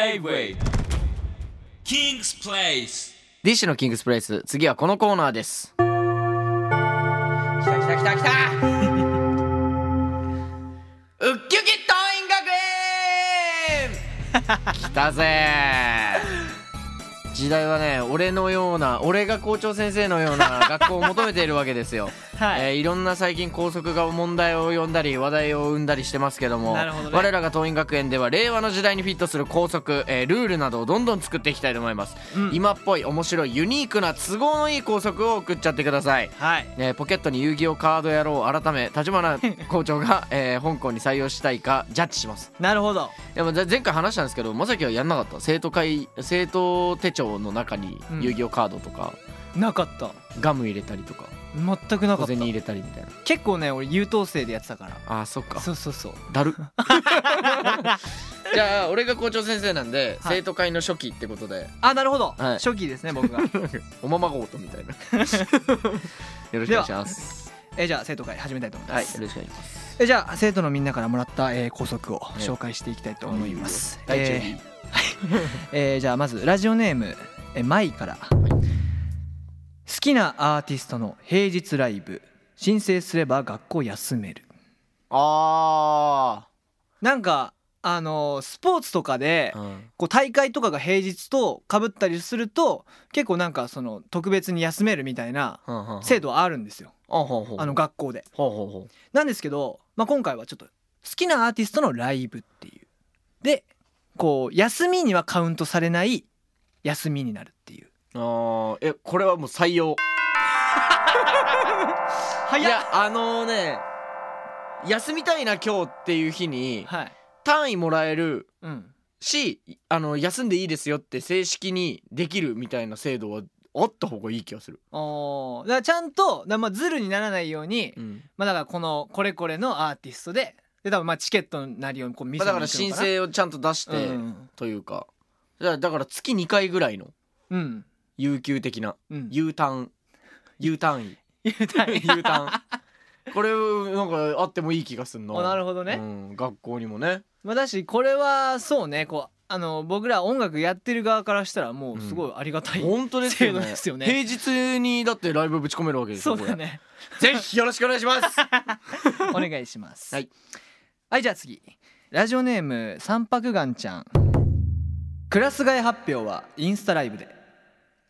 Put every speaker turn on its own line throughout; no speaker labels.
J-Way King's Place
ディッシュのキングスプレイス次はこのコーナーです
来た来た来た来た
ウッキュキ桐蔭学園来たぜ時代はね俺のような俺が校長先生のよう な学校を求めているわけですよ、
はい
えーいろんな最近校則が問題を呼んだり話題を生んだりしてますけども
なるほどね
我らが桐蔭学園では令和の時代にフィットする校則、えールールなどをどんどん作っていきたいと思います、
うん
今っぽい面白いユニークな都合のいい校則を送っちゃってください
はい
えーポケットに遊戯王カード野郎改め立花校長 が、えー香港に採用したいかジャッジします
なるほど
でもぜ前回話したんですけどまさきはやんなかった生徒会生徒手帳の中に
うん
遊戯王カードとか、
なかった
ガム入れたりとか
全くなか
小
った
銭入れたりみたいな
結構ね俺優等生でやってたから
あーそっか
そうそうそう
だ るじゃあ俺が校長先生なんで、
はい
生徒会の初期ってことで
あなるほど、
はい
初期ですね 僕が
おままごとみ たいなよろしくお願いします
えじゃあ生徒会始めたいと思いま
はいよ
す、
ろしくお願いします
えじゃあ生徒のみんなからもらった、えー、校則を紹介していきたいと思います、
大
え
丈
ーえーじゃあまずラジオネーム、えーマイから、好きなアーティストの平日ライブ申請すれば学校休める
あ
なんかあのースポーツとかで
あ、うん
こう大会とかが平日とかぶったりすると結構なんかその特別に休めるみたいな
はんはんはん
制度はあるんですよ
あほうほう
あの学校で
ほうほうほう
なんですけど、まあ、今回はちょっと好きなアーティストのライブっていうでこう休みにはカウントされない休みになるっていう
あーえこれはもう採用い
早っ
やあのね休みたいな今日っていう日に
はい
単位もらえる
うん
しあの休んでいいですよって正式にできるみたいな制度はあった方がいい気がする、
おーだからちゃんとだからまあズルにならないように、
うん
まあだからこのこれこれのアーティストでで多分まあチケットになるようにこう見
ま
せ
あ、
に
だ
行
か
くの
ら
か
申請をちゃんと出して、
うん
というかだからだから月2回ぐらいの
うん
有給的な
うん
有単有単位
言うたい
有単これなん かあってもいい気がすんの
おなるほどね
うん、学校にもね
まあだしこれはそうねこうあの僕ら音楽やってる側からしたらもうすごいありがたい、
本当ですよ
制
ね
度ですよね
平日にだってライブぶち込めるわけです
そ
よ
うだね
これぜひよろしくお願いします
お願いします
はい、
はい、じゃあ次ラジオネーム三白眼ちゃんクラス替え発表はインスタライブで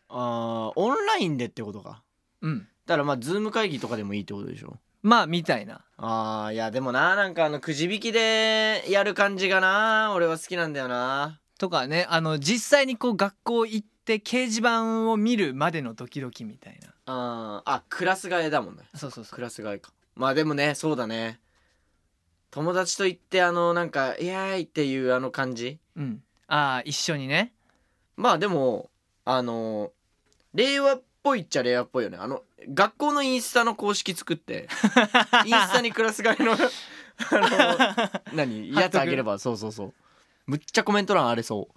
あーオンラインでってことか
うん
だからまあズーム会議とかでもいいってことでしょ
まあみたいな
あーいやでもななんかあのくじ引きでやる感じがな俺は好きなんだよな
とかねあの実際にこう学校行って掲示板を見るまでのドキドキみたいな
あーあクラス替えだもんね
そうそうそう
クラス替えかまあでもねそうだね友達と行ってあのなんか「イエーイ!」っていうあの感じ
うんああ一緒に ね
まあでもあの令和っぽいっちゃ令和っぽいよねあの学校のインスタの公式作って インスタにクラス替えのあの何やつあげればそうそうそうむっちゃコメント欄荒れそ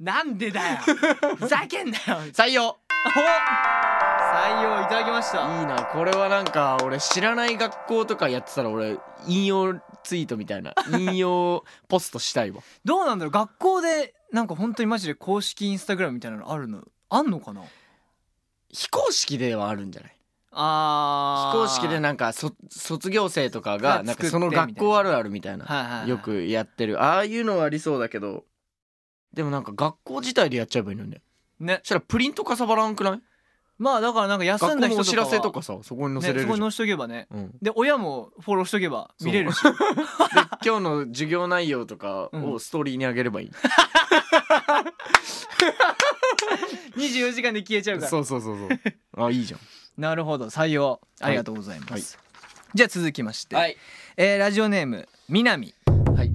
う
なんでだよふざけんなよ
採用
お採用いただきました
いいなこれはなんか俺知らない学校とかやってたら俺引用ツイートみた いな引用ポストしたいわ
どうなんだろう学校でなんか本当にマジで公式インスタグラムみたいなのあるのあんのかな
非公式ではあるんじゃない
あ
非公式でなんかそ卒業生とかが
が
なん
作
か
って
その学校あるあるみたいな
はいはいはい
よくやってるああいうのはありそうだけどでもなんか学校自体でやっちゃえばいいのにね
ね
そしたらプリントかさばらんくない
まあだからなんか休
学校
んだ
の
人
お
とかは
知らせとかさそこに載せれ
ね、
る
そ
じ
こ
ゃん、
に載しとけばね
うん、で
で親もフォローしとけば見れるし
今日の授業内容とかをストーリーにあげればいい、
24時間で消えちゃうか ら
そうそうそうそうあいいじゃん
なるほど採用ありがとうございます、じゃあ続きまして、
い
えーラジオネームみなみ
はい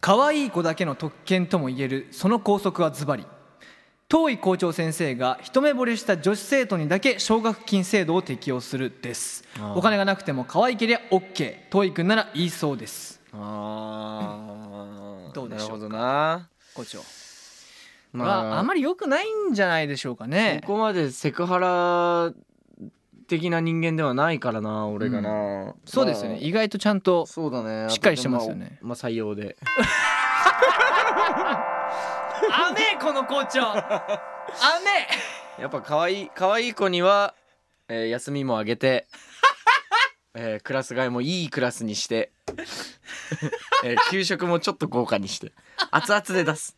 可愛い子だけの特権とも言えるその校則はズバリ当位校長先生が一目惚れした女子生徒にだけ奨学金制度を適用するです
あー
お金がなくても可愛けりゃ OK 当位君なら言いそうです
あー
どうでしょう
な るほど
か
な
校長
ま
はあまり良くないんじゃないでしょうかね
そこまでセクハラ的な人間ではないからな俺がな、
そうですよね意外とちゃんと
そうだね
しっかりしてますよね
まあ、まあ採用で
甘えこの校長甘
やっぱ可愛い可愛い子には、えー休みもあげて、 えークラス替えもいいクラスにして、 えー給食もちょっと豪華にして熱々で出す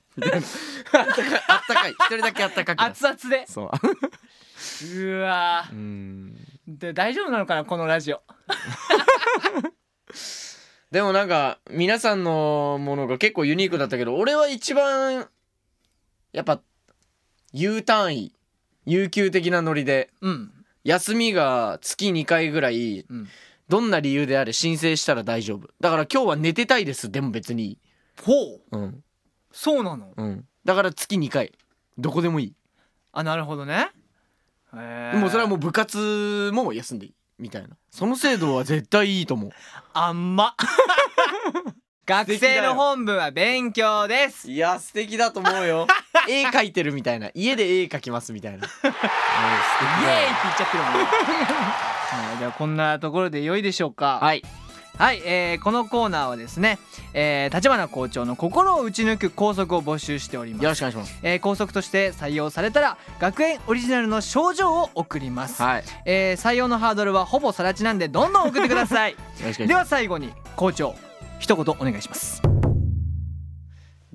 あったかいあったかい一人だけあったか
え
く出
熱
す
々で
そう
うわー
うん
で大丈夫なのかなこのラジオ
でもなんか皆さんのものが結構ユニークだったけど俺は一番やっぱ U 単位有給的なノリで
うん
休みが月2回ぐらい
うん
どんな理由であれ申請したら大丈夫だから今日は寝てたいですでも別にいい
ほう
うん
そうなの
うんだから月2回どこでもいい、
あなるほどねへえ
もうそれはもう部活も休んでいいみたいなその制度は絶対いいと思う
あんま 学生の本分は勉強です
いや素敵だと思うよ 絵描いてるみたいな家で絵描きますみたいなうん素敵
イエーイ
だよ
って言っちゃってるもんね はいじゃあこんなところで良いでしょうか
はい
はい、えーこのコーナーはですね、えー、立花校長の心を打ち抜く校則を募集しており
よ
ま
ろ
す、
しくお願いし
えー、校則として採用されたら学園オリジナルの賞状を送りま、
ますすはい
えー採用のハードルはほぼさらちなんでどんどん送ってください
よ ろしくお願いします
では最後に校長一言お願いします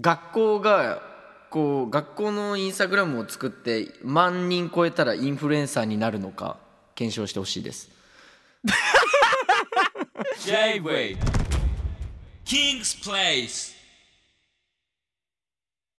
学校がこう学校のインスタグラムを作って万人超えたらインフルエンサーになるのか検証してほしいです
J-Way King's Place